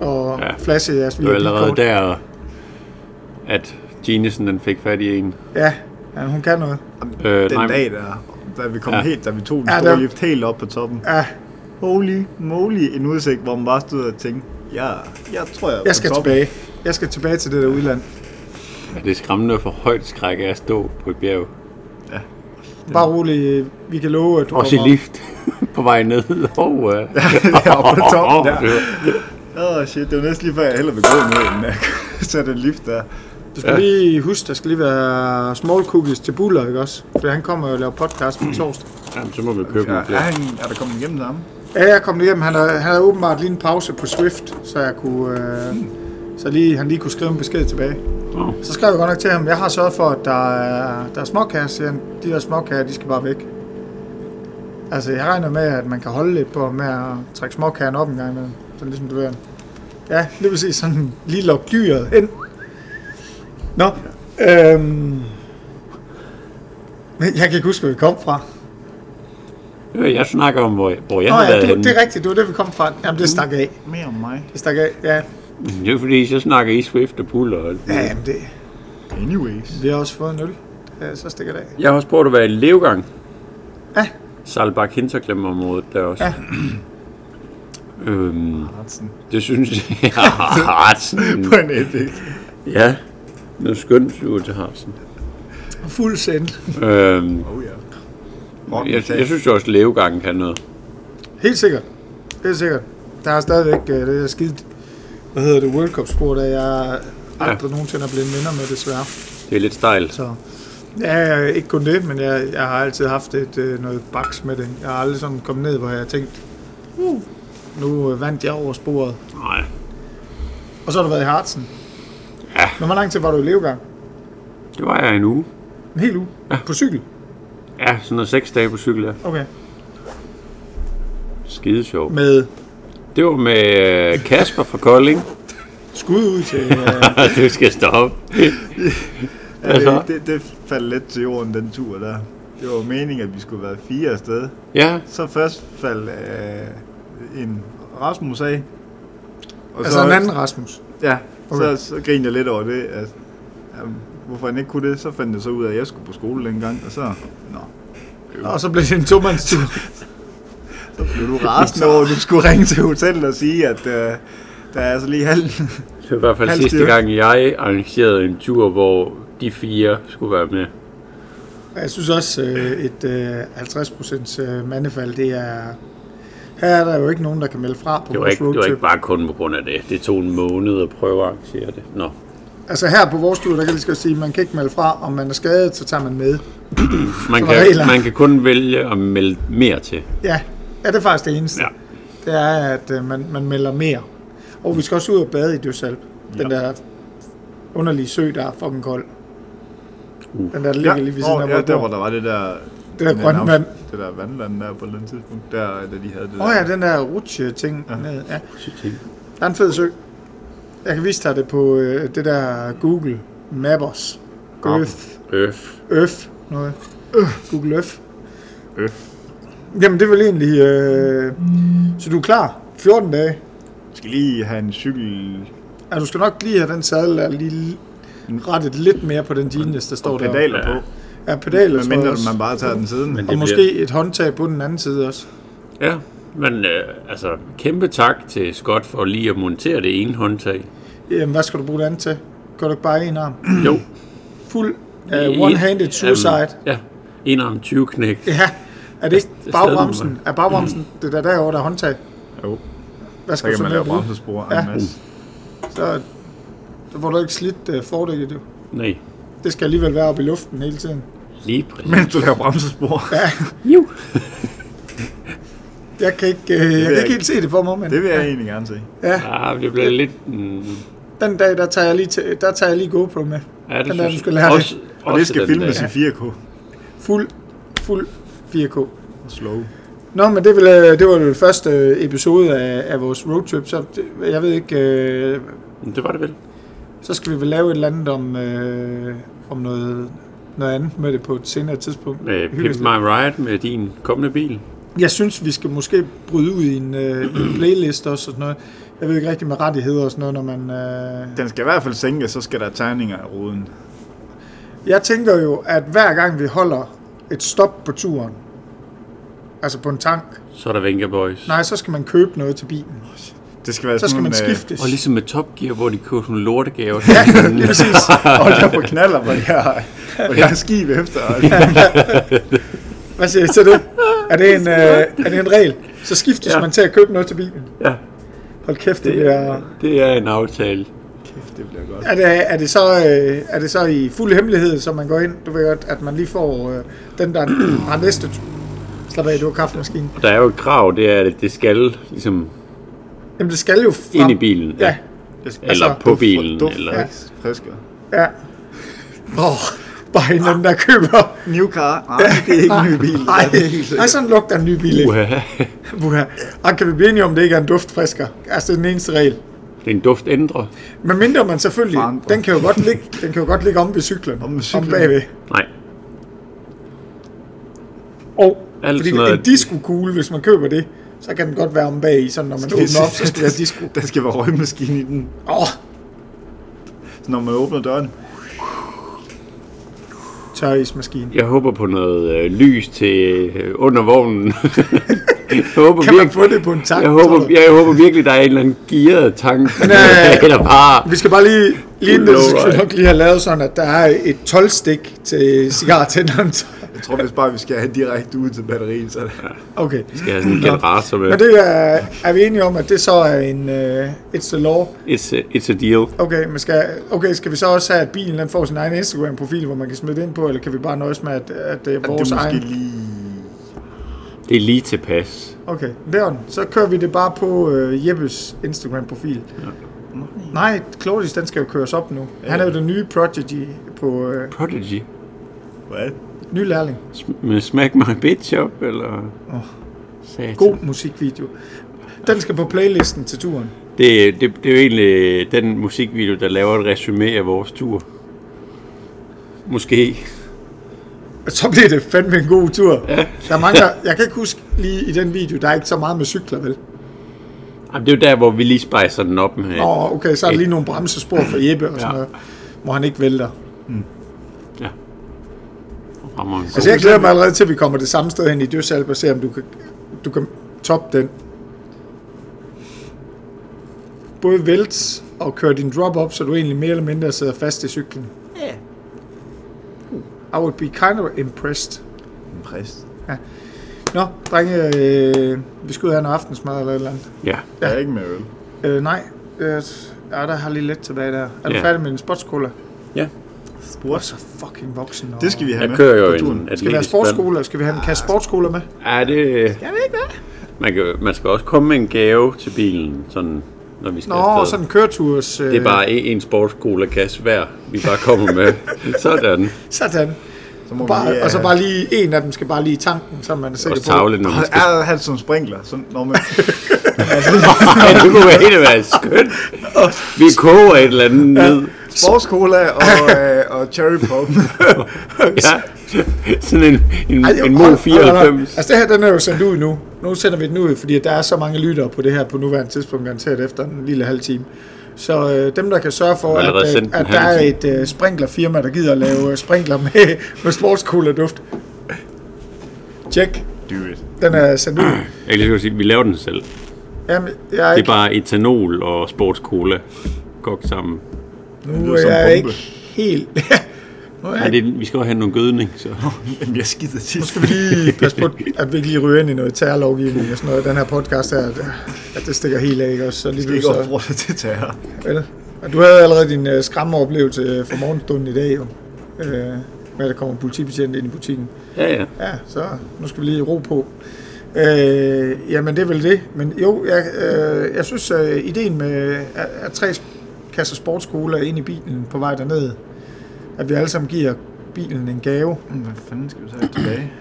Speaker 1: og
Speaker 3: Ja.
Speaker 1: ja. flashede jeres
Speaker 3: Det var allerede
Speaker 1: VIP-kort.
Speaker 3: der, at Ginesen den fik fat i en.
Speaker 1: Ja, ja, hun kan noget.
Speaker 3: Øh,
Speaker 2: Den
Speaker 3: nej,
Speaker 2: dag, der, da vi kom
Speaker 3: Ja.
Speaker 2: ja. helt, da vi tog den
Speaker 1: Ja,
Speaker 2: store
Speaker 1: der-
Speaker 2: lift helt op på toppen.
Speaker 1: Ja,
Speaker 2: Holy moly, en udsigt, hvor man bare stod og tænkte, ja, jeg tror, jeg er på
Speaker 1: jeg skal
Speaker 2: toppen. [LAUGHS]
Speaker 1: tilbage. Jeg skal tilbage til det der udland.
Speaker 3: er det er skræmmende for højt skræk af at stå på et bjerg.
Speaker 1: Bare rolig, vi kan love, at du
Speaker 3: Også i
Speaker 1: kommer.
Speaker 3: lift på vej ned. [LAUGHS] Åh, oh, uh.
Speaker 2: Oppe
Speaker 3: [LAUGHS]
Speaker 2: på toppen der. Åh oh, shit, det var næsten lige før, jeg hellere ville gå ned, end jeg kunne [LAUGHS] sætte en lift der.
Speaker 1: Du skal
Speaker 3: Ja.
Speaker 1: lige huske, der skal lige være small cookies til Buller, ikke også? For han kommer jo og laver podcast på torsdag.
Speaker 3: Jamen, så må vi købe
Speaker 2: Ja,
Speaker 3: nogle flere.
Speaker 2: er, han, er der kommet igennem sammen?
Speaker 1: Ja, jeg kom hjem. Han havde, han havde åbenbart lige en pause på Swift, så jeg kunne... Øh, så lige, han lige kunne skrive en besked tilbage.
Speaker 3: Nå.
Speaker 1: Så skrev jeg godt nok til ham, jeg har sørget for, at der er, der er småkager, siger han. De der småkager, de skal bare væk. Altså, jeg regner med, at man kan holde lidt på med at trække småkagerne op en gang imellem. Sådan ligesom du ved. Ja, lige præcis sådan lige lukke dyret ind. Nå, øhm, men jeg kan ikke huske, hvor vi kom fra.
Speaker 3: Øh, Jeg snakker om, hvor jeg, hvor jeg
Speaker 1: Nå
Speaker 3: har
Speaker 1: ja,
Speaker 3: været
Speaker 1: du,
Speaker 3: henne.
Speaker 1: det er rigtigt, det var det, vi kom fra. Jamen, det stak af.
Speaker 2: Mere om mig.
Speaker 1: Det stak af, ja.
Speaker 3: Det er fordi, så snakker I Swift og Puller. Og alt
Speaker 1: Ja,
Speaker 3: muligt.
Speaker 1: jamen det.
Speaker 2: Anyways.
Speaker 1: Vi har også fået en øl. Ja, så stikker det af.
Speaker 3: Jeg har også prøvet at være i Levgang.
Speaker 1: Ja.
Speaker 3: Salbak Hinterklem-området der også.
Speaker 1: Ja.
Speaker 3: [CLEARS THROAT] øhm,
Speaker 2: Hansen.
Speaker 3: det synes jeg...
Speaker 1: [LAUGHS]
Speaker 3: Hartsen.
Speaker 2: På en epic.
Speaker 3: ja. Noget skønt flyver til Hartsen.
Speaker 1: Fuld send.
Speaker 3: Øhm,
Speaker 2: Oh ja.
Speaker 3: jeg, jeg, synes jo også, at Levegangen kan noget.
Speaker 1: Helt sikkert. Helt sikkert. Der er stadigvæk øh, det der skide, hvad hedder det, World Cup spor, der jeg aldrig ja. nogensinde er blevet vinder med, desværre.
Speaker 3: Det er lidt stejlt.
Speaker 1: Så ja, øh, ikke kun det, men jeg, jeg har altid haft et, øh, noget baks med det. Jeg har aldrig sådan kommet ned, hvor jeg har tænkt, uh, nu øh, vandt jeg over sporet.
Speaker 3: Nej.
Speaker 1: Og så har du været i Hartsen.
Speaker 3: Ja.
Speaker 1: Men hvor lang tid var du i levegang?
Speaker 3: Det var jeg en uge.
Speaker 1: En hel uge? Ja. På cykel?
Speaker 3: Ja, sådan noget seks dage på cykel. Ja.
Speaker 1: Okay.
Speaker 3: Skide sjovt.
Speaker 1: Med
Speaker 3: Det var med øh, Kasper fra Kolding. [LAUGHS]
Speaker 1: skud ud til... [LAUGHS] Øh,
Speaker 3: du skal stoppe. altså-
Speaker 2: Ja, det, det, det faldt lidt til jorden, den tur der. Det var jo meningen, at vi skulle være fire afsted.
Speaker 3: Ja,
Speaker 2: Så først faldt øh, en Rasmus af. Og
Speaker 1: altså en anden Rasmus.
Speaker 2: Ja,
Speaker 1: Okay.
Speaker 2: okay. så, så grinede jeg lidt over det, at jamen, hvorfor han ikke kunne det. Så fandt jeg så ud af, at jeg skulle på skole dengang, og så, nå,
Speaker 1: Og så blev det en tomandstur.
Speaker 2: så blev du rasende over, at du skulle ringe til hotellet og sige, at øh, der er altså lige halv...
Speaker 3: det var i hvert fald
Speaker 2: Halvt
Speaker 3: sidste
Speaker 2: stykke.
Speaker 3: gang, jeg arrangerede en tur, hvor de fire skulle være med.
Speaker 1: [LAUGHS] Jeg synes også, øh, et øh, 50% øh, mandefald, det er... Her er der jo ikke nogen, der kan melde fra på
Speaker 3: Det var,
Speaker 1: vores
Speaker 3: ikke, det var
Speaker 1: roadtrip.
Speaker 3: ikke bare kun på grund af det. Det tog en måned at prøve at arrangere det. Nå.
Speaker 1: Altså her på vores tur, der kan jeg lige skal sige, at man kan ikke melde fra. Om man er skadet, så tager man med.
Speaker 3: Man,
Speaker 1: Så var
Speaker 3: kan,
Speaker 1: reglerne.
Speaker 3: man kan kun vælge at melde mere til.
Speaker 1: Ja, ja det er faktisk det eneste.
Speaker 3: Ja.
Speaker 1: Ja. Det er, at øh, man, man melder mere. Og vi skal også ud og bade i Døsalp. Den der underlige sø, der er fucking kold.
Speaker 3: Uh.
Speaker 1: Den der, der ligger ja. lige ved siden
Speaker 2: Åh,
Speaker 1: af,
Speaker 2: ja, der
Speaker 1: hvor
Speaker 2: hvor
Speaker 1: vi bor.
Speaker 2: der var det der...
Speaker 1: Det der
Speaker 2: den
Speaker 1: grønne
Speaker 2: navn-
Speaker 1: vand.
Speaker 2: Det der vandland der på den tidspunkt, der, da de havde det
Speaker 1: Åh oh, ja, den der rutsje-ting. Ja. Ned, ja. Der er en fed sø. Jeg kan vise dig det på øh, det der Google Maps. Earth.
Speaker 3: Øf.
Speaker 1: Earth. Noget. Øh, Google Earth.
Speaker 2: Øf.
Speaker 1: Jamen, det er vel egentlig... Øh, så du er klar? 14 dage.
Speaker 2: Jeg skal lige have en cykel...
Speaker 1: Ja, du skal nok lige have den sadel der lige rettet lidt mere på den jeans, der står
Speaker 2: Og
Speaker 1: der.
Speaker 2: pedaler
Speaker 3: Ja.
Speaker 2: på,
Speaker 1: Ja, pedaler, tror jeg
Speaker 2: medmindre
Speaker 1: også.
Speaker 2: man bare tager den siden.
Speaker 3: Men
Speaker 1: Og
Speaker 3: Det
Speaker 1: måske et håndtag på den anden side også.
Speaker 3: Ja, men øh, altså, kæmpe tak til Scott for lige at montere det ene håndtag.
Speaker 1: Mm. Jamen, hvad skal du bruge det andet til? Gør du ikke bare en arm?
Speaker 3: Jo.
Speaker 1: Fuld uh, one-handed suicide.
Speaker 3: Um, ja, en arm 20 knæk.
Speaker 1: Ja, er det ikke
Speaker 3: Det er stadig
Speaker 1: bagbremsen?
Speaker 3: nummer.
Speaker 1: Er bagbremsen det der derovre, der er håndtag?
Speaker 2: Jo,
Speaker 1: Hvad
Speaker 2: så
Speaker 1: skal
Speaker 2: kan
Speaker 1: du
Speaker 2: man
Speaker 1: mere
Speaker 2: lave
Speaker 1: bruge?
Speaker 2: bremsespor og
Speaker 1: Ja.
Speaker 2: en masse.
Speaker 1: Så, så får du ikke slidt uh, fordækket, jo.
Speaker 3: Nej,
Speaker 1: Det skal alligevel være oppe i luften hele tiden.
Speaker 3: lige præcis.
Speaker 2: Mens du laver bremsespor.
Speaker 3: Jo.
Speaker 1: Jeg kan ikke, uh, jeg kan
Speaker 2: jeg
Speaker 1: ikke helt se det for mig, men
Speaker 2: Det vil jeg egentlig gerne se.
Speaker 3: Ah, det bliver lidt... Mm,
Speaker 1: den dag, der tager jeg lige, til, der tager jeg lige GoPro med.
Speaker 3: ja, det
Speaker 1: Den der,
Speaker 3: synes
Speaker 1: du
Speaker 3: jeg.
Speaker 1: skal lære det.
Speaker 3: også,
Speaker 2: Og det
Speaker 3: også
Speaker 2: skal
Speaker 3: den
Speaker 2: filmes
Speaker 3: der.
Speaker 2: i 4K.
Speaker 1: Fuld, fuld 4K.
Speaker 2: Og slow.
Speaker 1: Nå, men det, vil, øh, det var den første øh, episode af, af vores roadtrip, så det- jeg ved ikke, øh,
Speaker 3: Men Det var det vel.
Speaker 1: så skal vi vel lave et eller andet om, øh, om noget noget andet med det på et senere tidspunkt.
Speaker 3: Øh,
Speaker 1: Hyggeligt.
Speaker 3: Pimp My Ride med din kommende bil.
Speaker 1: Jeg synes, vi skal måske bryde ud i en, øh, en playlist også og sådan noget. Jeg ved ikke rigtig med rettigheder og sådan noget, når man... Øh...
Speaker 2: Den skal i hvert fald sænke, så skal der tegninger af ruden.
Speaker 1: Jeg tænker jo, at hver gang vi holder et stop på turen, altså på en tank,
Speaker 3: Så er der Venga Boys.
Speaker 1: nej, så skal man købe noget til bilen.
Speaker 2: Det skal være
Speaker 1: Så skal
Speaker 2: sådan
Speaker 1: man
Speaker 2: nogle, øh,
Speaker 1: skiftes.
Speaker 3: Og ligesom med Top Gear, hvor de købte nogle lortegaver. ja,
Speaker 1: Lige præcis.
Speaker 2: [LAUGHS] Hold da på knaller, hvor jeg, hvor jeg er skib efter. og-
Speaker 1: Hvad siger I til det? Er det en, øh, er det en regel? Så skiftes ja. man til at købe noget til bilen.
Speaker 3: ja,
Speaker 1: Hold kæft, det
Speaker 3: det
Speaker 1: bliver...
Speaker 3: er, [LAUGHS] det er en aftale.
Speaker 2: Kæft, det bliver godt.
Speaker 1: Er det, er, det så, øh, er det så i fuld hemmelighed, så man går ind, du ved godt, at man lige får øh, den, der [CLEARS THROAT] har næste... Slap af, du har kaffemaskinen.
Speaker 3: Og der er jo et krav, det er, at det skal ligesom
Speaker 1: Jamen, det skal jo frem.
Speaker 3: ind i bilen.
Speaker 1: Ja,
Speaker 3: Eller
Speaker 1: altså,
Speaker 3: på bilen.
Speaker 2: Duft,
Speaker 3: eller,
Speaker 2: eller... frisker.
Speaker 1: ja. Åh, bare en anden, der køber...
Speaker 2: New car. [LAUGHS] Nej, det er ikke en ny bil.
Speaker 1: Nej, nej, sådan lugter en ny bil ikke.
Speaker 3: Uha,
Speaker 1: Uha. Og kan vi blive enige om, det ikke er en duftfrisker? Altså, det er den eneste regel.
Speaker 3: det er en duft ændrer.
Speaker 1: Men mindre man selvfølgelig,
Speaker 2: Forandret.
Speaker 1: den kan jo godt ligge, den kan jo godt ligge om ved cyklen.
Speaker 2: Om ved cyklen.
Speaker 1: Om bagved.
Speaker 3: Nej,
Speaker 1: Og
Speaker 3: Alt
Speaker 1: fordi
Speaker 3: sådan noget-
Speaker 1: en disco-kugle, hvis man køber det, så kan den godt være om bag i, sådan når man
Speaker 2: vi
Speaker 1: åbner op, så
Speaker 2: sige-
Speaker 1: skal der disco.
Speaker 2: Der skal være røgmaskine i den.
Speaker 1: Åh, oh,
Speaker 2: Så når man åbner døren,
Speaker 1: tørreismaskinen.
Speaker 3: jeg håber på noget øh, lys til øh, under vognen. [LAUGHS] jeg håber
Speaker 1: Kan man
Speaker 3: virkelig-
Speaker 1: få det på en tank?
Speaker 3: jeg
Speaker 1: tror
Speaker 3: håber,
Speaker 1: du?
Speaker 3: jeg, jeg håber virkelig, der er en eller anden gearet tank.
Speaker 1: øh,
Speaker 3: [LAUGHS] eller bare...
Speaker 1: Vi skal bare lige, lige inden det, så skal vi
Speaker 3: Lowrider.
Speaker 1: nok lige have lavet sådan, at der er et 12-stik til cigartænderen. [LAUGHS]
Speaker 2: jeg tror hvis bare, vi skal have direkte ud til batteriet, så er det
Speaker 1: Okay.
Speaker 3: Jeg har sådan en generator med.
Speaker 1: Men det er, er vi enige om, at det så er en uh, it's the law.
Speaker 3: It's a, it's a deal.
Speaker 1: Okay, men skal, okay, skal vi så også have, at bilen den får sin egen Instagram-profil, hvor man kan smide det ind på, eller kan vi bare nøjes med, at, at det er
Speaker 2: det
Speaker 1: vores
Speaker 2: er måske
Speaker 1: egen?
Speaker 2: lige...
Speaker 3: Det er lige tilpas.
Speaker 1: Okay, Leon, så kører vi det bare på øh, Jeppes Instagram-profil. Ja. Nej, Claudius, den skal jo køres op nu. Han er jo den nye prodigy på øh,
Speaker 3: Prodigy?
Speaker 2: Hvad?
Speaker 1: ny lærling.
Speaker 3: Sm- med Smack My Bitch Up, eller... Oh.
Speaker 1: God musikvideo. Den skal på playlisten til turen.
Speaker 3: Det, det, det er jo egentlig den musikvideo, der laver et resume af vores tur. Måske.
Speaker 1: Og så bliver det fandme en god tur. Ja. Der mangler, jeg kan ikke huske lige i den video, der er ikke så meget med cykler, vel?
Speaker 3: Jamen, det er jo der, hvor vi lige spejser den op med.
Speaker 1: Åh, okay, så er der lige nogle bremsespor for Jeppe og sådan
Speaker 3: Ja.
Speaker 1: noget, hvor han ikke vælter.
Speaker 3: Ja. Og rammer en god-
Speaker 1: Altså, jeg glæder mig allerede til, at vi kommer det samme sted hen i Dyrsalp og ser, om du kan, du kan toppe den. Både vælt og køre din drop op, så du egentlig mere eller mindre sidder fast i cyklen. Yeah. I would be kind of impressed.
Speaker 2: En præst.
Speaker 1: Nå, drenge, øh, vi skal ud og have en aftensmad eller et eller andet.
Speaker 3: Ja.
Speaker 2: Jeg er ikke med øl.
Speaker 1: Øh, nej, øh, ja, der har lige lidt tilbage der. Er du
Speaker 3: Ja.
Speaker 1: yeah. færdig med din sportskola?
Speaker 3: ja.
Speaker 1: Sport? Så fucking voksen. Og...
Speaker 2: Det skal vi have
Speaker 3: Jeg
Speaker 2: med.
Speaker 3: kører jo
Speaker 2: på turen.
Speaker 3: en
Speaker 1: Skal vi have sportskoler? Skal vi have en kasse sportskoler med?
Speaker 3: Ja, det... Ah, Jeg ved ikke, man, kan, man skal også komme med en gave til bilen, sådan, når vi skal
Speaker 1: Nå,
Speaker 3: afsted.
Speaker 1: sådan en køreturs... Øh,
Speaker 3: Det er bare en, en sportskolakasse hver, vi bare kommer
Speaker 1: [LAUGHS]
Speaker 3: med. sådan.
Speaker 1: Sådan.
Speaker 2: Så må
Speaker 1: øh, Bare,
Speaker 2: vi lige,
Speaker 1: og så
Speaker 2: øh,
Speaker 1: bare lige, en af dem skal bare lige i tanken, så man er sikker
Speaker 3: Også
Speaker 1: på.
Speaker 3: tavle, når man skal...
Speaker 2: Er han som sprinkler? Sådan, når man...
Speaker 3: [LAUGHS] Ej, det kunne helt være skønt. Vi koger et eller andet ned.
Speaker 2: Sportscola og, øh, og cherry
Speaker 3: [LAUGHS]
Speaker 2: pop.
Speaker 3: Ja. Sådan en, en,
Speaker 1: Ej, jo,
Speaker 3: en
Speaker 1: hold-
Speaker 3: Mo
Speaker 1: hold- hold-
Speaker 3: 94.
Speaker 1: Altså det her, den er jo sendt ud nu. Nu sender vi den ud, fordi at der er så mange lyttere på det her på nuværende tidspunkt, garanteret efter en lille halv time. Så øh, dem, der kan sørge for,
Speaker 3: har
Speaker 1: at,
Speaker 3: allerede
Speaker 1: at,
Speaker 3: sendt den
Speaker 1: at der er
Speaker 3: halv
Speaker 1: et øh, sprinklerfirma, der gider at lave øh, sprinkler med, [LAUGHS] med sportskola-duft. Tjek,
Speaker 2: Do it.
Speaker 1: den er sendt ud.
Speaker 3: Jeg kan lige så godt sige, vi laver den selv.
Speaker 1: Jamen, jeg er
Speaker 3: Det er
Speaker 1: ikke,
Speaker 3: bare etanol og sportscola kogt sammen.
Speaker 1: nu
Speaker 2: lyder
Speaker 1: er
Speaker 2: som
Speaker 1: jeg
Speaker 2: en
Speaker 1: ikke
Speaker 2: bombe.
Speaker 1: helt... [LAUGHS] nu er jeg
Speaker 3: Ej, det, vi skal også have noget gødning, så...
Speaker 2: Jamen, jeg skider tit.
Speaker 1: Nu skal vi lige passe på, at vi ikke lige ryger ind i noget terrorlovgivning og sådan noget. Den her podcast her, at, at det stikker helt af, ikke også? Så lige
Speaker 2: Det er
Speaker 1: nu
Speaker 2: ikke
Speaker 1: så,
Speaker 2: opbrugt det til terror.
Speaker 1: vel? Og du havde allerede din uh, skræmmeoplevelse øh, fra morgenstunden i dag, jo. Uh, med at der kommer en politibetjent ind i butikken.
Speaker 3: Ja, ja.
Speaker 1: Ja, så nu skal vi lige ro på. Øh, jamen, det er vel det. Men jo, jeg, øh, jeg synes, øh, ideen med at, at tre kasser sportskoler ind i bilen på vej derned, at vi alle sammen giver bilen en gave,
Speaker 2: Hvad fanden skal vi så have tilbage?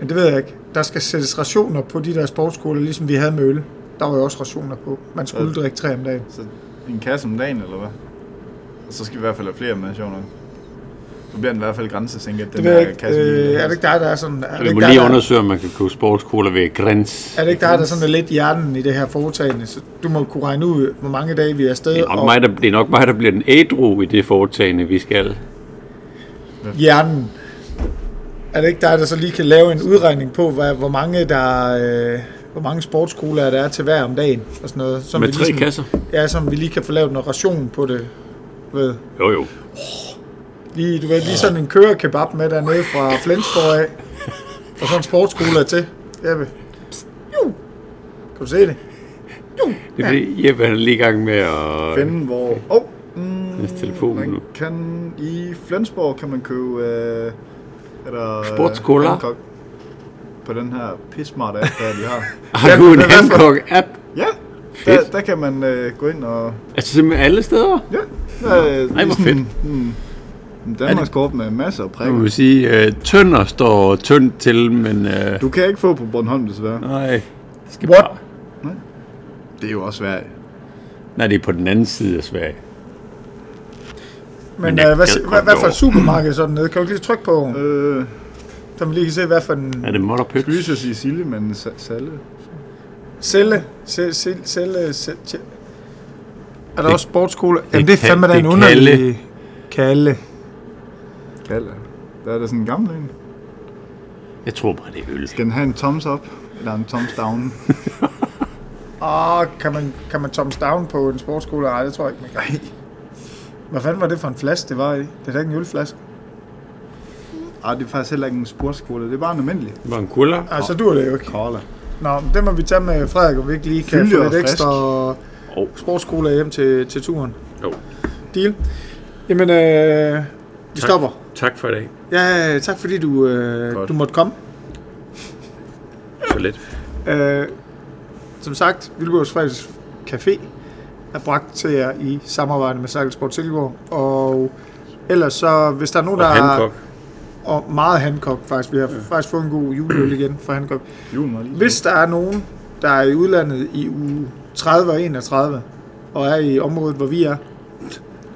Speaker 1: Men det ved jeg ikke. Der skal sættes rationer på de der sportskoler, ligesom vi havde med øl. Der var jo også rationer på. Man skulle
Speaker 2: Ja.
Speaker 1: drikke tre om dagen.
Speaker 2: Så en kasse om dagen, eller hvad? Og så skal vi i hvert fald have flere med, sjovt nok. Så bliver den i hvert fald grænse, tænker jeg. Den
Speaker 1: Det ved jeg
Speaker 2: der
Speaker 1: ikke.
Speaker 2: kasse.
Speaker 1: Øh, er det ikke dig, der er sådan... Er det
Speaker 3: Vi
Speaker 1: ikke
Speaker 3: må
Speaker 1: dig,
Speaker 3: lige
Speaker 1: der-
Speaker 3: undersøge, om man kan købe sportskroler ved græns.
Speaker 1: Er det ikke dig, der sådan er lidt hjernen i det her foretagende? Så du må kunne regne ud, hvor mange dage vi er afsted.
Speaker 3: Det er, nok mig, der, det er nok mig, der bliver den ædru i det foretagende, vi skal.
Speaker 1: hjernen. Er det ikke dig, der så lige kan lave en udregning på, hvad, hvor mange der øh, hvor mange sportskugler der er til hver om dagen? Og sådan noget, som
Speaker 3: Med tre
Speaker 1: ligesom,
Speaker 3: kasser?
Speaker 1: Ja, som vi lige kan få lavet en ration på det. Du Ved.
Speaker 3: Jo, jo.
Speaker 1: Lige, du ved, lige sådan en kørekebab med dernede fra Flensborg af. Og sådan en sportskugler til. Jeppe. Jo. Kan du se det?
Speaker 3: Det er fordi, Jeppe han er lige i gang med at
Speaker 2: Finde, hvor... Åh, oh, mm,
Speaker 3: hans telefon nu.
Speaker 2: man kan... I Flensborg kan man købe... Øh, er der, øh,
Speaker 3: Sportscola.
Speaker 2: Hancock På den her pissmart app, der vi [LAUGHS] har.
Speaker 3: Har du en
Speaker 2: hvad- hvad for-
Speaker 3: Hancock-app?
Speaker 2: Ja, der,
Speaker 3: Fedt.
Speaker 2: der kan man øh, gå ind og...
Speaker 3: Altså simpelthen alle steder?
Speaker 2: Ja, der, øh,
Speaker 3: Ej, hvor fedt.
Speaker 2: Mm, Danmarks kort med masser af
Speaker 3: Jeg
Speaker 2: prikker.
Speaker 3: vil sige, øh, tønder står tyndt til, men... Øh,
Speaker 2: Du kan ikke få på Bornholm, desværre.
Speaker 3: nej. Det skal
Speaker 1: What?
Speaker 3: bare...
Speaker 2: Det er jo også Sverige.
Speaker 3: Nej, det er på den anden side af Sverige.
Speaker 1: Men,
Speaker 3: jeg
Speaker 1: Men øh, hvad,
Speaker 3: gad
Speaker 1: si-
Speaker 3: godt
Speaker 1: hvad, hvad for
Speaker 3: lov.
Speaker 1: et supermarked sådan nede? Kan du ikke lige trykke på,
Speaker 2: Øh,
Speaker 1: så man lige kan se, hvad for en
Speaker 3: Er det Motterpøt?
Speaker 2: skulle lige så sige Sille, men sa- Salle.
Speaker 1: Celle. Celle. Celle. Celle. Celle. Er der også sportsskole? Jamen, det
Speaker 3: det
Speaker 1: er fandme
Speaker 3: kan-
Speaker 1: da en
Speaker 3: det er Kalle.
Speaker 1: underlig... Kalle.
Speaker 2: Kalle. Der er der sådan en gammel en.
Speaker 3: Jeg tror bare, det er øl.
Speaker 2: Skal den have en thumbs up? Eller en thumbs down?
Speaker 1: Åh, kan man, kan man Tom Down på en sportsskole? Nej, det tror jeg ikke, man kan. Hvad fanden var det for en flaske, det var i? Det er da ikke en ølflaske.
Speaker 2: Ej, det er faktisk heller ikke en sportskole. Det er bare en almindelig.
Speaker 3: Det var en kuller.
Speaker 1: Ej, så dur det jo ikke.
Speaker 2: Cola.
Speaker 1: Nå, men det må vi tage med Frederik, om vi ikke lige kan
Speaker 2: Fyldig
Speaker 1: få
Speaker 2: og
Speaker 1: lidt
Speaker 2: frisk.
Speaker 1: ekstra
Speaker 3: Åh. oh,
Speaker 1: sportsskole hjem til, til turen.
Speaker 3: Jo.
Speaker 1: Deal. Jamen, øh, vi
Speaker 3: Tak.
Speaker 1: stopper.
Speaker 3: Tak for i dag.
Speaker 1: Ja, tak fordi du, øh,
Speaker 2: Godt.
Speaker 1: du måtte komme.
Speaker 3: Så lidt.
Speaker 1: Øh, som sagt, Vildborgs Fredags Café er bragt til jer i samarbejde med Cykelsport Silkeborg. Og ellers så, hvis der er nogen,
Speaker 3: Og
Speaker 1: der
Speaker 3: Hancock.
Speaker 1: har... Og meget Hancock faktisk. Vi har ja. faktisk fået en god juleøl igen fra Hancock.
Speaker 2: Julen var lige.
Speaker 1: Hvis der er nogen, der er i udlandet i uge 30 og 31, og er i området, hvor vi er,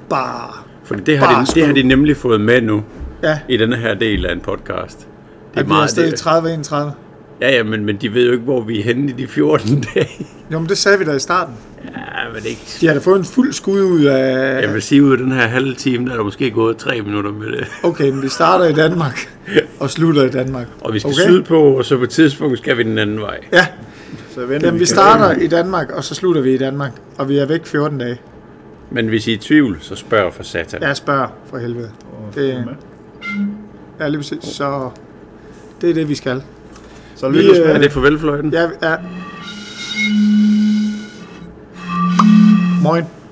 Speaker 1: bare...
Speaker 3: Fordi det har,
Speaker 1: Bare
Speaker 3: de, det har de nemlig fået med nu,
Speaker 1: Ja,
Speaker 3: i den her del af en podcast. Det
Speaker 1: at vi er afsted i
Speaker 3: det.
Speaker 1: 30 og 31.
Speaker 3: Ja, ja, men, men de ved jo ikke, hvor vi er henne i de 14 [LAUGHS] dage.
Speaker 1: Jo, men det sagde vi da i starten.
Speaker 3: Ja, men det er ikke...
Speaker 1: De har da fået en fuld skud ud af...
Speaker 3: Jeg vil sige, ud af den her halve time, der er der måske gået tre minutter med det.
Speaker 1: Okay, men vi starter i Danmark og slutter i Danmark.
Speaker 3: Og vi skal okay.
Speaker 1: okay?
Speaker 3: sydpå, og så på et tidspunkt skal vi den anden vej.
Speaker 1: Ja,
Speaker 2: Så jeg venter,
Speaker 1: jamen, vi starter i Danmark, og så slutter vi i Danmark. Og vi er væk 14 dage.
Speaker 3: Men hvis I er i tvivl, så spørg for satan. Ja.
Speaker 1: Jeg spørger for helvede.
Speaker 2: Det...
Speaker 1: Ja, lige præcis. Så det er det, vi skal.
Speaker 2: Så
Speaker 1: Vi,
Speaker 2: lyt os
Speaker 1: øh,
Speaker 2: med.
Speaker 3: Er det farvelfløjten?
Speaker 1: Ja, ja. Moin.